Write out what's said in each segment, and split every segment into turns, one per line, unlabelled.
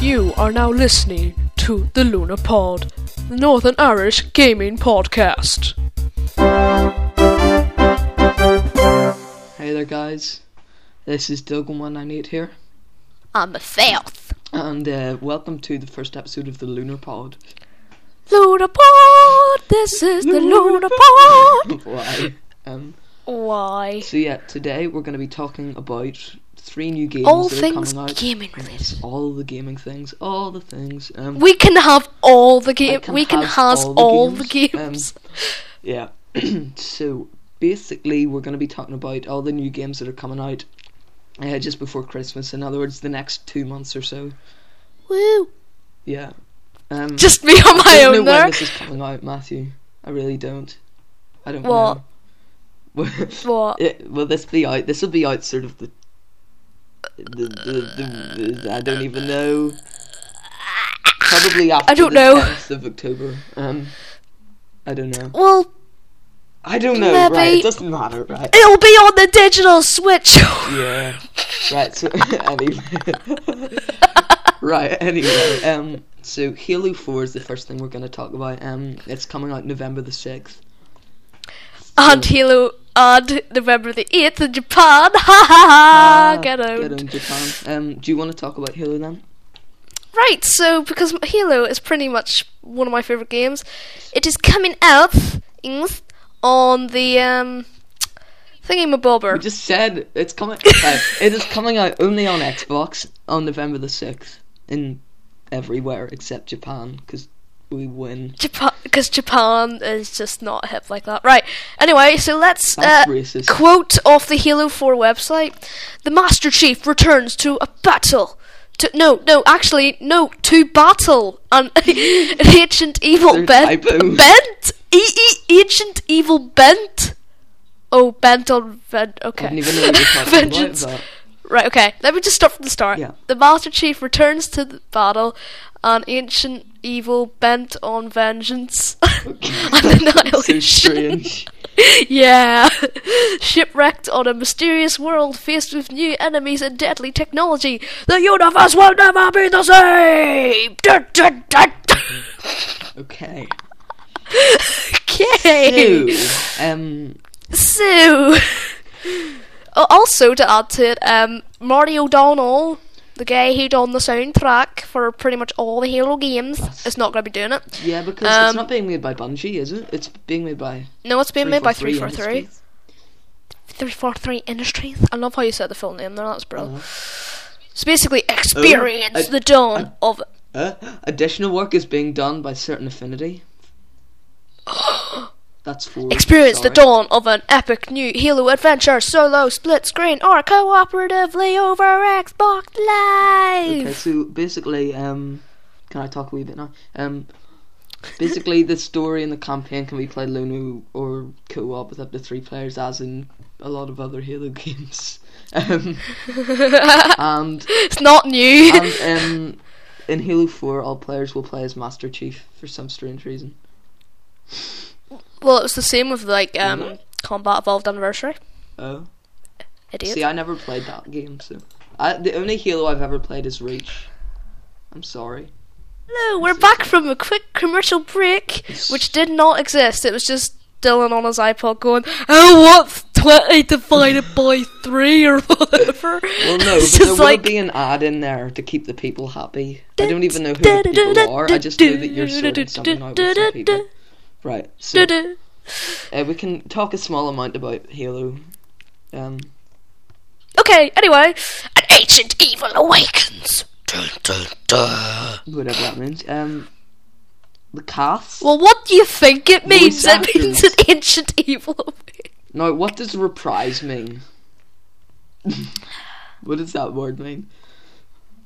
now listening to the Lunar Pod, the Northern Irish gaming podcast.
Hey there, guys. This is Dogan198 here,
I'm a filth.
and uh, welcome to the first episode of the Lunar Pod.
Lunar Pod, this is the Lunar Pod.
Why? Um,
Why?
so yeah, today we're going to be talking about three new games
All
that are
things
coming out.
gaming related.
all the gaming things, all the things. Um,
We can have all the
I
game. we can has all, the games.
Um, yeah. so basically, we're going to be talking about all the new games that are coming out uh, just before Christmas. In other words, the next two months or so.
Woo!
Yeah. Um,
Just me on
I
my
don't know
own there.
when this is coming out, Matthew. I really don't. I don't
What?
know.
What?
It, will this be out? This will be out sort of the. The, the, the, the- I don't even know. Probably after
I don't
the
know.
10th of October. Um, I don't know.
Well,
I don't know. Right,
Maybe-
it doesn't matter. Right.
it'll be on the digital Switch.
Yeah. Right. So anyway. right. Anyway. Um. So Halo Four is the first thing we're going to talk about. Um. It's coming out November the sixth.
and Halo and November the 8th in Japan. Ha ha ha! Ah, Get out.
Get in Japan. Um. Do you want to talk about Halo then?
Right, so because Halo is pretty much one of my favorite games, it is coming out ings, on the um,
We
thingamabobber.
just said it's coming. uh, it is coming out only on Xbox on November the sixth in everywhere except Japan because we win.
Japan, because Japan is just not hip like that. Right. Anyway, so let's uh,
That's racist.
quote off the Halo 4 website: "The Master Chief returns to a battle. To no, no, actually, no, to battle an, an ancient evil
There's
bent,
typos.
bent, e, e, ancient evil bent. Oh, bent on vent.
I didn't
Okay,
even know what you were talking about.
vengeance.
That.
Right, okay. Let me just start from the start.
Yeah.
The Master Chief returns to the battle, an ancient evil bent on vengeance and
so
annihilation.
strange.
yeah. Shipwrecked on a mysterious world faced with new enemies and deadly technology, the universe will never be the same! Dun, dun, dun.
Okay.
okay.
So, um,
So. Uh, Also, to add to it, um, Marty O'Donnell, the guy who done the soundtrack for pretty much all the Halo games, is not going to be doing it.
yeah, because
Um,
it's not being made by Bungie, is it? It's being made by
No, it's being made by 343.
343.
343 Industries. I love how you said the full name there, that's brilliant.
Uh-huh. Oh,
So basically, experience
I-
the dawn of.
Uh, additional work is being done by Certain Affinity. That's for
Experience the
sorry.
dawn of an epic new Halo adventure, solo, split screen, or cooperatively over Xbox Live!
Okay, so basically, um, can I talk a wee bit now? Um, basically, the story and the campaign can be played alone or co-op with up to three players, as in a lot of other Halo games. Um, and
It's not new!
and um, in Halo Four, all players will play as Master Chief for some strange reason.
well, it was the same with, like, um,
Mhm.
Combat Evolved Anniversary.
Oh,
Idiot.
see, I never played that game, so I, the only Halo I've ever played is Reach. I'm sorry.
Hello, we're back from a quick commercial break, which did not exist. It was just Dylan on his iPod going, "Oh, what's twenty divided by three or whatever?"
Well, no, but
It's
there will
just like-
be an ad in there to keep the people happy. I don't even know who the people are. I just know that you're sorting something out with some people. Right. So uh, we can talk a small amount about Halo. Um,
Okay. Anyway, an ancient evil awakens.
whatever that means. Um, the cast.
Well, what do you think it means? It
actors.
means an ancient evil. awakens.
Now, what does reprise mean? what does that word mean?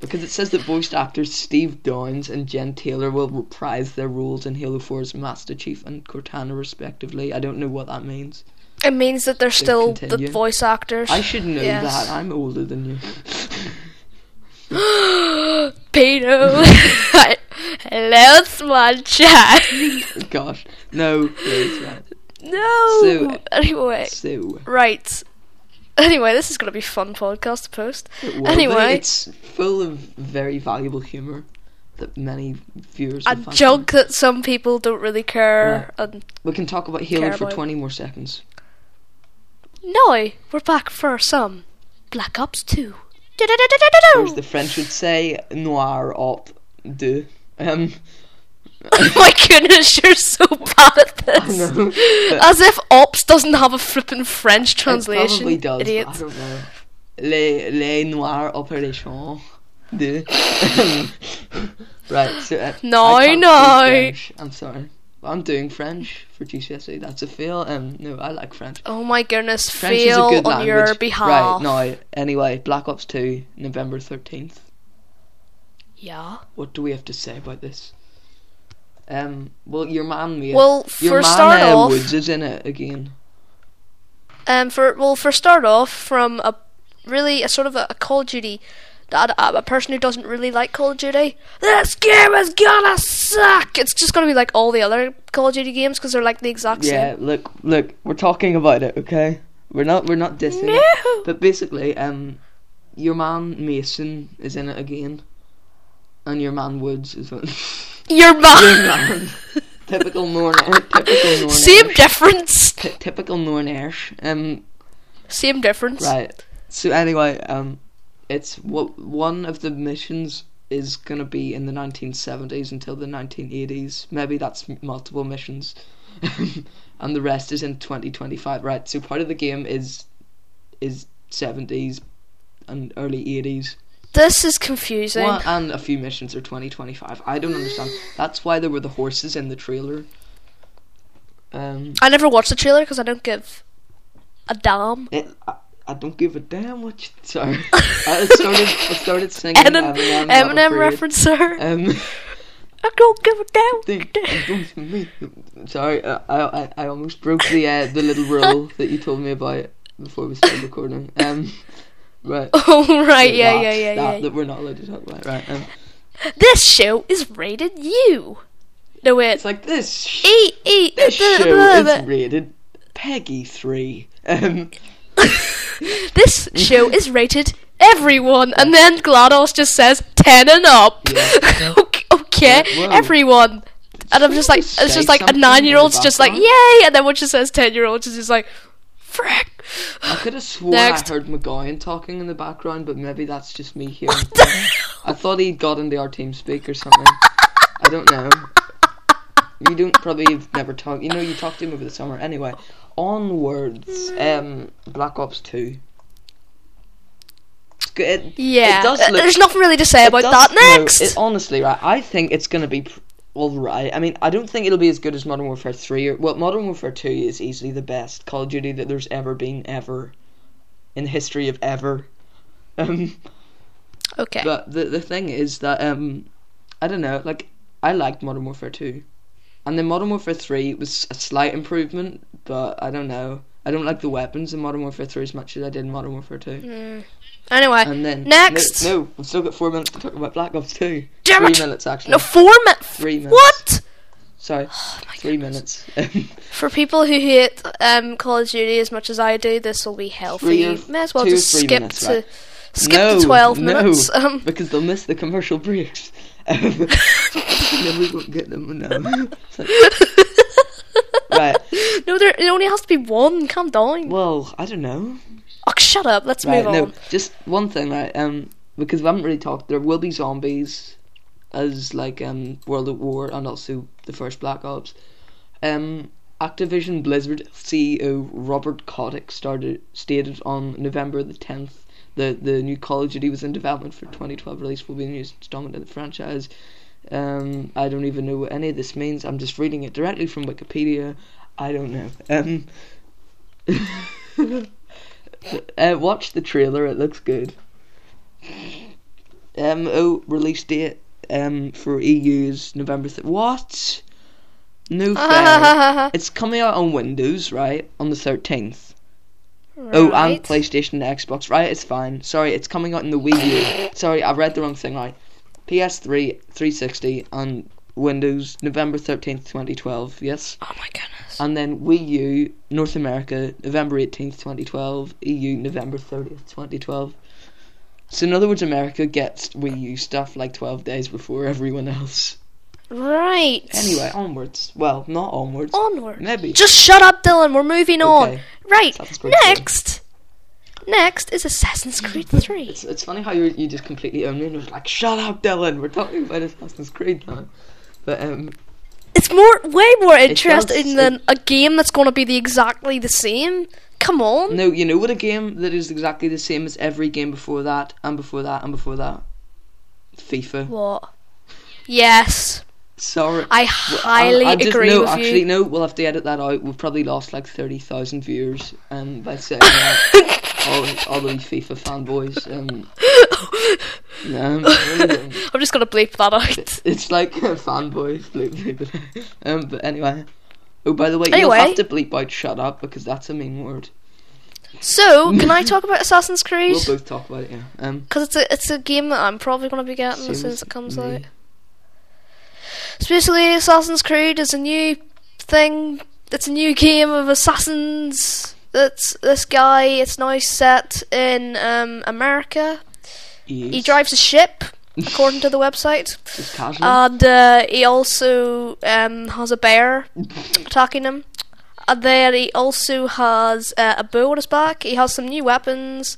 Because it says that voiced actors Steve Downs and Jen Taylor will reprise their roles in Halo 4's Master Chief and Cortana, respectively. I don't know what that means.
It means that they're still the
continue.
voice actors.
I should know
Yes.
that. I'm older than you.
Pedo. Hello, small child.
Gosh, no. please, right.
Eh. No.
So-
anyway,
So
right. Anyway, this is going to be a fun podcast to post.
it will be-
anyway,
it's full of very valuable humor. that many viewers. would
and
fancy.
junk that some people don't really care. And
We can talk about Halo
Care
for
about.
twenty more seconds.
now we're back for some Black Ops Two.
Or as the French would say, noir op de. Um,
Oh My goodness, you're so bad at
I
this.
know. but
As if ops doesn't have a flippin' French translation.
It probably does. but I
Idiots.
don't know. Les les noir opérations de. right. So uh,
No,
I can't do
no.
French. I'm sorry. I'm doing French for GCSE. E, That's a fail. Um, no, I like French.
Oh my goodness,
French
feel
is a good
on
language.
your behalf.
Right. No. Anyway, Black Ops Two, November thirteenth.
Yeah.
What do we have to say about this? Um. Well, your man, mate.
Well,
your
for
man
start
uh,
off,
Woods is in it again.
um, for well, for start off, from a really a sort of a, a Call of Duty, a, a a person who doesn't really like Call of Duty, this game is gonna suck. It's just gonna be like all the other Call of Duty games because they're like the exact
Yeah, look, look, we're talking about it, okay? We're not, we're not dissing.
same.
it.
No.
But basically, um, your man Mason is in it again, and your man Woods is in.
Your
your
man.
man. typical Norn. Typical Norn.
Same difference.
T- typical Norn Irish. Um,
Same difference.
right. So anyway, um, it's what one of the missions is gonna be in the 1970s until the 1980s. Maybe that's m- multiple missions, and the rest is in 2025. Right. So part of the game is is 70s and early 80s.
This is confusing.
Well, and a few missions are 2025. I don't understand. That's why there were the horses in the trailer. Um,
I never watched the trailer because I don't give a damn.
it, I, I don't give a damn what you. Sorry. I started, I started singing
Eminem,
Eminem, not
Eminem
afraid.
referencer.
Um,
I don't give a damn.
think it goes for me. Sorry, I, I, I almost broke the uh, the little rule that you told me about before we started recording. Um, right.
Oh right, yeah,
that-
yeah, yeah,
that,
yeah.
That we're not allowed to talk about. Right. Um,
This show is rated U. No wait,
it's like this. Sh-
E E.
This
blah,
show
blah,
is
blah.
rated Peggy 3. Um,
This show is rated everyone, and then Glados just says ten and up.
Yeah.
okay, okay,
Yeah, well.
everyone. And I'm just like,
Say
it's just like a
something
nine-year-old's
about
just like, yay, and then when she says ten-year-old, she's just like, frick.
I could have sworn
Next.
I heard McGowan talking in the background, but maybe that's just me hearing. I thought he'd got into our team speak or something. I don't know. You don't probably have never talked. You know, you talked to him over the summer. Anyway, onwards. Um, Black Ops Two. It's good. It,
Yeah,
It does
uh,
look-
there's nothing really to say
it
about
does-
that.
no,
Next,
it, honestly, right? I think it's gonna be. Pr- well, right. I mean, I don't think it'll be as good as Modern Warfare Three. Or, well, Modern Warfare Two is easily the best Call of Duty that there's ever been ever, in the history of ever. Um,
okay.
but the the thing is that um, I don't know. Like I liked Modern Warfare Two, and then Modern Warfare Three was a slight improvement, but I don't know. I don't like the weapons in Modern Warfare Three as much as I did in Modern Warfare Two.
Mm. Anyway,
And then
next.
no, no, we've still got four minutes to talk about Black Ops Two.
Damn
three
it.
minutes actually.
no Oh four minutes.
Three minutes.
What?
Sorry, three minutes.
For people who hate um, Call of Duty as much as I do, this will be hell for
Three
you.
or-
May as well
two or
just
three
skip
minutes,
to
right.
skip
No,
to twelve
no.
minutes. Um,
because they'll miss the commercial breaks. Um, then we won't get them. No. So- right.
no, there it only has to be one. Calm down.
Well, I don't know.
Oh, shut up. Let's
Right.
move on.
No, just one thing. Right. Um, because we haven't really talked. There will be zombies, as like um World at War and also the first Black Ops. Um. Activision Blizzard CEO Robert Kotick started stated on November the 10th that the new Call of Duty was in development for 2012 release will be the new installment of the franchise. Um, I don't even know what any of this means. I'm just reading it directly from Wikipedia. I don't know. Um, uh, watch the trailer. It looks good. Um, oh, release date um, for EU's November. Th- what? No fair. it's coming out on Windows, right? On the 13th. Oh, and
Right.
PlayStation and Xbox. Right, it's fine. Sorry, it's coming out in the Wii U. Sorry, I read the wrong thing. Right, PS3, 360, and Windows, November 13th, 2012. Yes,
Oh my goodness.
and then Wii U, North E America, November 18th, 2012. EU, November 30th, 2012. So in other words, America gets Wii U stuff like twelve days before everyone else.
Right.
Anyway, onwards. Well, not onwards.
Onward.
Maybe.
Just shut up, Dylan. We're moving
Okay.
on. Right.
Sounds pretty good.
Next. Next is Assassin's Creed 3.
It's, it's funny how you you just completely own it and was like, "Shut up, Dylan. We're talking about Assassin's Creed now." But um,
It's more, way more
does-
interesting
it-
than a game that's going to be the exactly the same. Come on.
no, you know what? A game that is exactly the same as every game before that, and before that, and before that. FIFA.
What? Yes,
Sorry.
I
Well,
highly
I, I just,
agree
no,
with
actually,
you.
no, we'll have to edit that out. We've probably lost like 30,000 viewers um, by saying that. all, all those FIFA fanboys. Um, um, really, um,
I'm just going to bleep that out.
it's like fanboys. Bleep, bleep, bleep. Um, but anyway. Oh, by the way,
Anyway.
you'll have to bleep out shut up because that's a mean word.
So, can I talk about Assassin's Creed?
We'll both talk about it, yeah. Um,
Because it's a, it's a game that I'm probably going to be getting
same
as soon as
as
it comes
me.
out. So basically, Assassin's Creed is a new thing. It's a new game of assassins. That's this guy. It's now set in um, America. He
Yes.
drives a ship, according to the website,
Just casually.
and uh, he also um, has a bear attacking him. And then he also has uh, a bow on his back. He has some new weapons.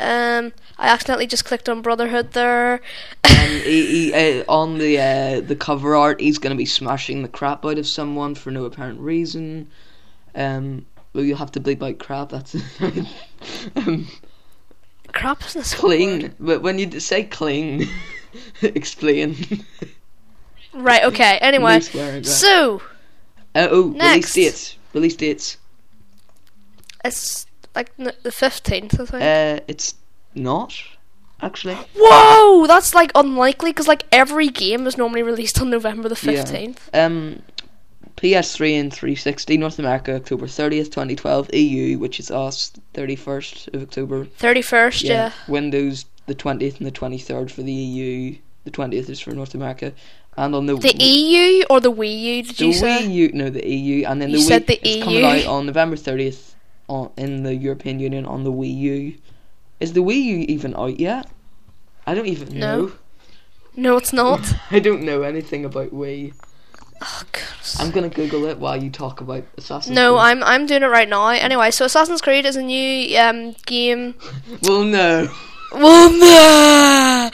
Um, I accidentally just clicked on Brotherhood there.
Um, he, he, uh, on the uh, the cover art, he's going to be smashing the crap out of someone for no apparent reason. Um, well, you'll have to bleep out crap. That's um,
Crap, isn't this
clean. But when you d- say clean, explain.
Right, okay, anyway.
No swearing, right.
So,
Uh, oh, release
Next.
dates. Release dates.
it's like n- the 15th, I think.
Uh, it's not actually.
Whoa! That's like unlikely because like every game is normally released on November the 15th.
Um, PS3 and 360 North America October 30th, 2012 EU, E which is us 31st of October
31st, yeah.
Windows the twentieth and the twenty third for the EU. The twentieth is for North America, and on the
The EU or the Wii U, did
the
you
Wii
say?
U, no, the EU, and then
You
the Wii
said the E
it's coming
EU.
out on November thirtieth on in the European Union on the Wii U. Is the Wii U even out yet? I don't even
No.
know.
No, it's not.
I don't know anything about Wii.
oh, goodness.
I'm gonna Google it while you talk about Assassin's.
No,
Creed.
I'm I'm doing it right now. Anyway, so Assassin's Creed is a new um game.
Well, no.
Well, no.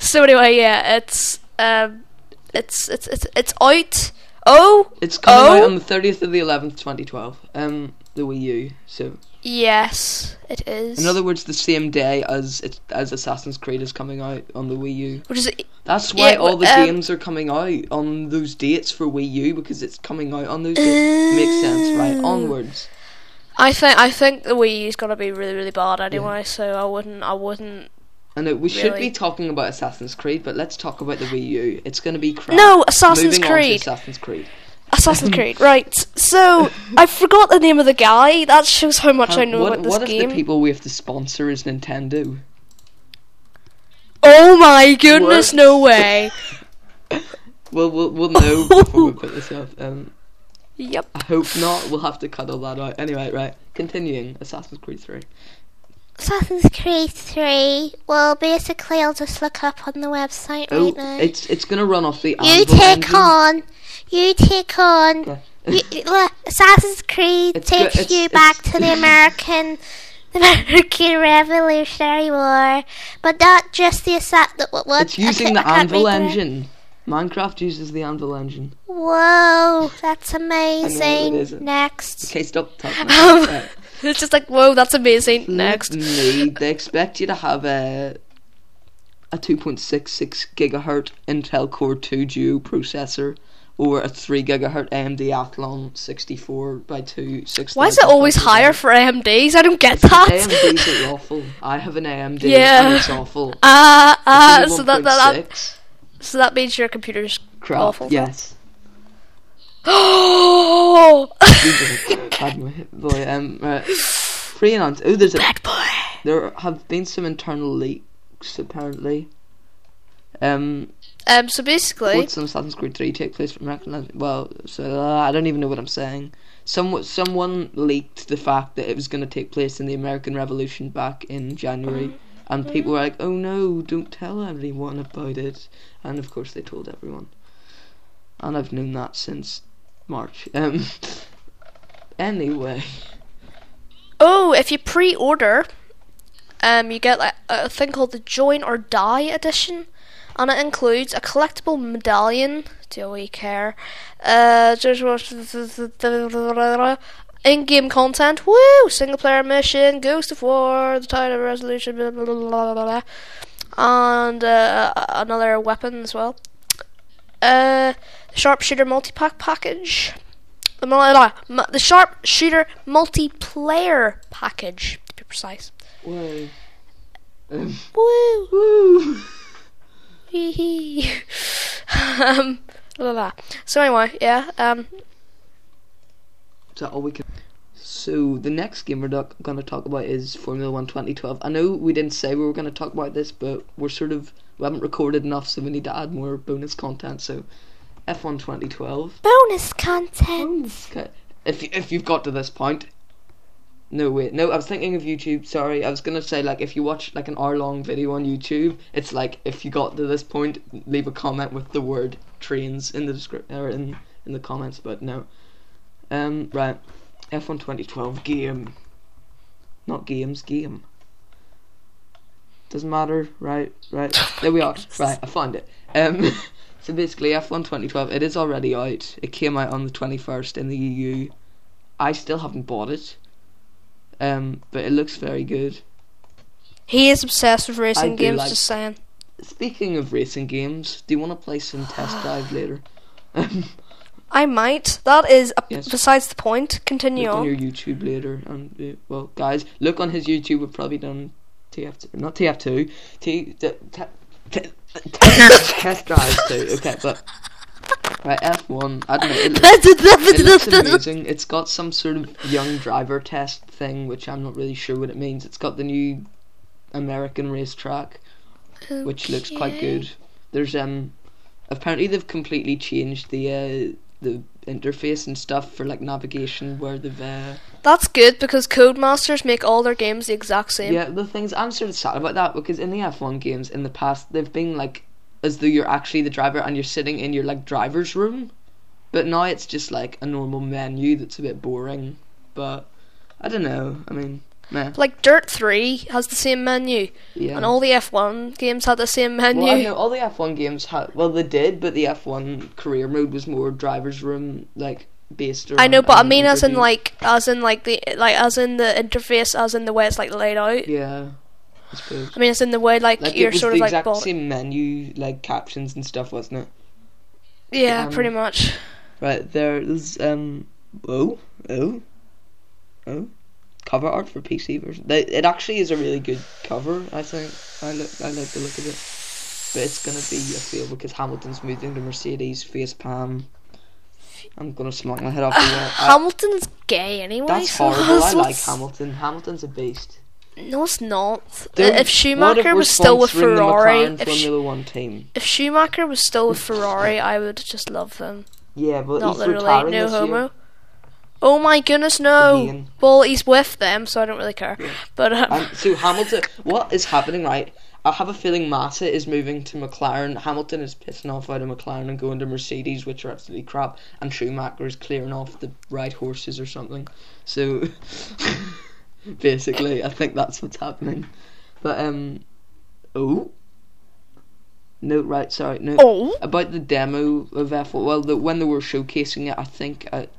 So anyway, yeah, it's um, it's it's it's it's out. Oh,
It's coming
Oh?
out on the thirtieth of the eleventh, twenty twelve. Um, the Wii U. So
yes, it is.
In other words, the same day as it, as Assassin's Creed is coming out on the Wii U.
which is
That's why
Yeah,
all the
um,
games are coming out on those dates for Wii U because it's coming out on those dates. Makes sense, right?
Oh.
Onwards.
I think I think the Wii U's gonna be really really bad anyway. So I wouldn't I wouldn't.
I know we should be
Really?
talking about Assassin's Creed, but let's talk about the Wii U. It's going to be crap.
No, Assassin's
Moving On to
Creed.
Assassin's Creed.
Assassin's Creed, right? So I forgot the name of the guy. That shows how much I
Um,
know
what
about this
what if
game.
the people we have to sponsor is Nintendo?
oh my goodness!
What?
No way.
Well, we'll, we'll know before we put this up. Um,
yep.
I hope not. We'll have to cut all that out. Anyway, right. Continuing Assassin's Creed 3.
Assassin's Creed 3. Well, basically, I'll just look up on the website
Oh,
right now.
it's it's going to run off the
you
Anvil
take
engine.
on. You take on. You, look, Assassin's Creed
It's
takes
go- it's-
you
it's-
back to the American. the American Revolutionary War, but not just the assassin. What, what?
It's using
I
the
can't- I can't
anvil
read
engine. Minecraft uses the anvil engine.
Whoa, that's amazing.
isn't.
Next.
Okay, stop talking.
Um,
Right. Mm-hmm.
It's just like whoa, that's amazing. Next.
Next, they expect you to have a a 2.66 gigahertz Intel Core 2 Duo processor or a 3 gigahertz AMD Athlon 64 by 2
Why is it always higher for AMDs? I don't get that.
AMDs are awful. I have an AMD and
Yeah.
it's awful.
Ah, ah.
It's a
so that, that
1.6.
that so that means your computer's
crap.
awful.
Yes.
Oh,
Bad mo- boy. Um, right. Free and oh, there's a
bad boy.
There have been some internal leaks, apparently. Um,
Um. So basically,
what's on Assassin's Creed 3 take place from American... Well, so uh, I don't even know what I'm saying. Some, someone leaked the fact that it was going to take place in the American Revolution back in January and people were like, "Oh no, don't tell everyone about it," and of course they told everyone, and I've known that since March. Um, anyway,
Oh, if you pre-order, um, you get like a thing called the Join or Die edition, and it includes a collectible medallion. Do we care? Uh, just- in-game content. Woo! Single-player mission, Ghost of War, the title resolution, blah blah blah blah blah, blah, and uh, another weapon as well. Uh, sharpshooter multi-pack package. The, mul- uh, mu- the sharpshooter multiplayer package, to be precise.
way. Um,
Woo!
woo.
Hee hee. um, la, la, la. So anyway, yeah. Um,
Is that all we can? So the next game we're not going to talk about is Formula One 2012. I know we didn't say we were going to talk about this, but we're sort of we haven't recorded enough, so we need to add more bonus content. So F1 2012.
Bonus content.
Okay. If you, if you've got to this point. No wait, no. I was thinking of YouTube. Sorry, I was gonna say like if you watch like an hour long video on YouTube, it's like if you got to this point, leave a comment with the word trains in the description or in in the comments. But no. Um. Right. F1 2012 game. Not games. Game. Doesn't matter. Right. Right. there we are. Right. I found it. Um. So basically, F1 2012, it is already out. It came out on the 21st in the E EU. I still haven't bought it. Um, but it looks very good.
he is obsessed with racing
do
games.
like-
just saying.
Speaking of racing games, do you want to play some test drive later? Um,
I might. That is a,
Yes.
besides the point. Continue
look on
on.
your YouTube later. And uh, well, guys, look on his YouTube. We've probably done TF2, not TF2, T, t, t, t, t- test drive too. Okay, but right, F1. I don't know. It, it looks amazing. It's got some sort of young driver test thing, which I'm not really sure what it means. It's got the new American racetrack, which looks quite good. There's um, apparently they've completely changed the uh, the interface and stuff for like navigation, where they've uh,
That's good because Codemasters make all their games the exact same.
yeah the things. I'm sort of sad about that because in the F1 games in the past they've been like as though you're actually the driver and you're sitting in your like driver's room, but now it's just like a normal menu that's a bit boring. But I don't know. I mean, meh.
Like Dirt 3 has the same menu,
Yeah.
and all the F1 games had the same menu.
Well, I know all the F1 games had. Well, they did, but the F1 career mode was more driver's room, like based. Around
I know, but I
an
mean, as in
overview.
like, as in like the like, as in the interface, as in the way it's like laid out.
Yeah, I suppose.
I mean, as in the way like,
Like it
you're
was
sort
the
of like,
exact
bought-
same menu, like captions and stuff, wasn't it?
yeah,
um,
pretty much.
Right there's um oh oh oh cover art for PC version. They- It actually is a really good cover. I think I look I like the look of it, but it's gonna be a fail because Hamilton's moved into Mercedes face palm. I'm gonna smack my head off the wall. I-
Hamilton's gay anyway.
uh, That's
so
horrible. I
that's
like
what's-
Hamilton. Hamilton's a beast.
No, it's not.
Dude,
Uh, if
what
Schumacher
if
was still with Ferrari,
The McLaren
if, Sch-
Formula One team.
if Schumacher was still with Ferrari, I would just love them.
Yeah, but
Not
he's
literally,
retiring
no
this year.
homo. Oh my goodness, no.
Again.
Well, he's with them, so I don't really care. But um,
Um, so Hamilton, what is happening? Right, I have a feeling Massa is moving to McLaren. Hamilton is pissing off out of McLaren and going to Mercedes, which are absolutely crap. And Schumacher is clearing off the right horses or something. So basically, I think that's what's happening. But um, oh. No, right, sorry, no.
oh,
About the demo of F1, well, the, when they were showcasing it, I think at,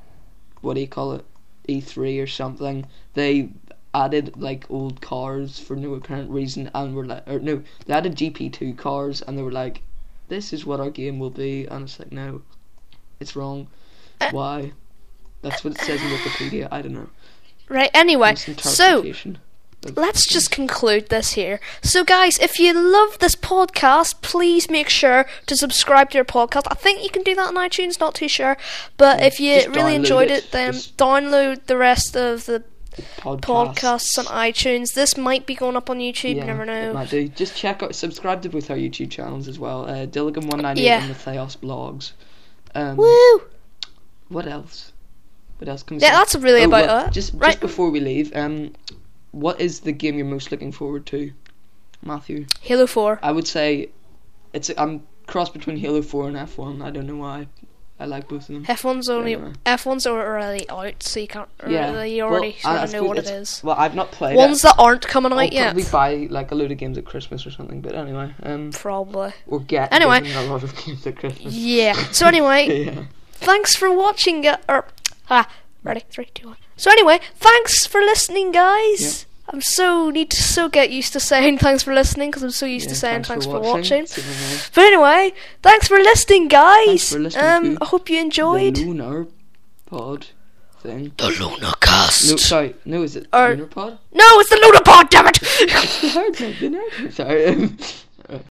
what do you call it, E3 or something, they added like old cars for no apparent reason and were like, or no, they added GP2 cars and they were like, this is what our game will be, and it's like, no, it's wrong. Why? That's what it says in Wikipedia, I don't know.
right. Anyway, so
Misinterpretation.
let's just conclude this here. So, guys, if you love this podcast, please make sure to subscribe to your podcast. I think you can do that on iTunes, not too sure. But if you
just
really
download
enjoyed
it,
it, then
just-
download the rest of the
podcast.
podcasts on iTunes. This might be going up on YouTube, you never
it
know.
might do. Just check out, subscribe to both our YouTube channels as well. Uh, Dilligan198
Yeah.
and the Theos blogs. Um,
Woo!
What else? What else comes?
Yeah,
up?
that's really
Oh,
about
well,
it.
Just,
right.
just before we leave, um, what is the game you're most looking forward to? Matthew?
Halo 4.
I would say it's I'm cross between Halo 4 and F1. I don't know why. I like both of them.
F1's only
Yeah.
F1's already out, so you can't really you
well,
already
I- I
sort of know
suppose
what it
it's-
is.
Well, I've not played
Ones
it.
that aren't coming out
I'll
yet,
probably buy like a load of games at Christmas or something. But anyway, um,
probably.
or get
Anyway.
given a lot of games at Christmas.
Yeah. So anyway,
yeah.
thanks for watching. gu- Or ah, ready, three, two, one. So anyway, thanks for listening, guys. I'm so need to so get used to saying thanks for listening because I'm so used
Yeah,
to saying thanks, for watching.
See you in the-
But anyway, thanks for listening, guys.
for listening
um,
to
I hope you
The
enjoyed.
lunar pod thing.
The Luna
No,
Cast.
sorry. No, is it
Or-
lunar pod?
No, it's the Lunapod, damn it!
I heard something. Sorry. um,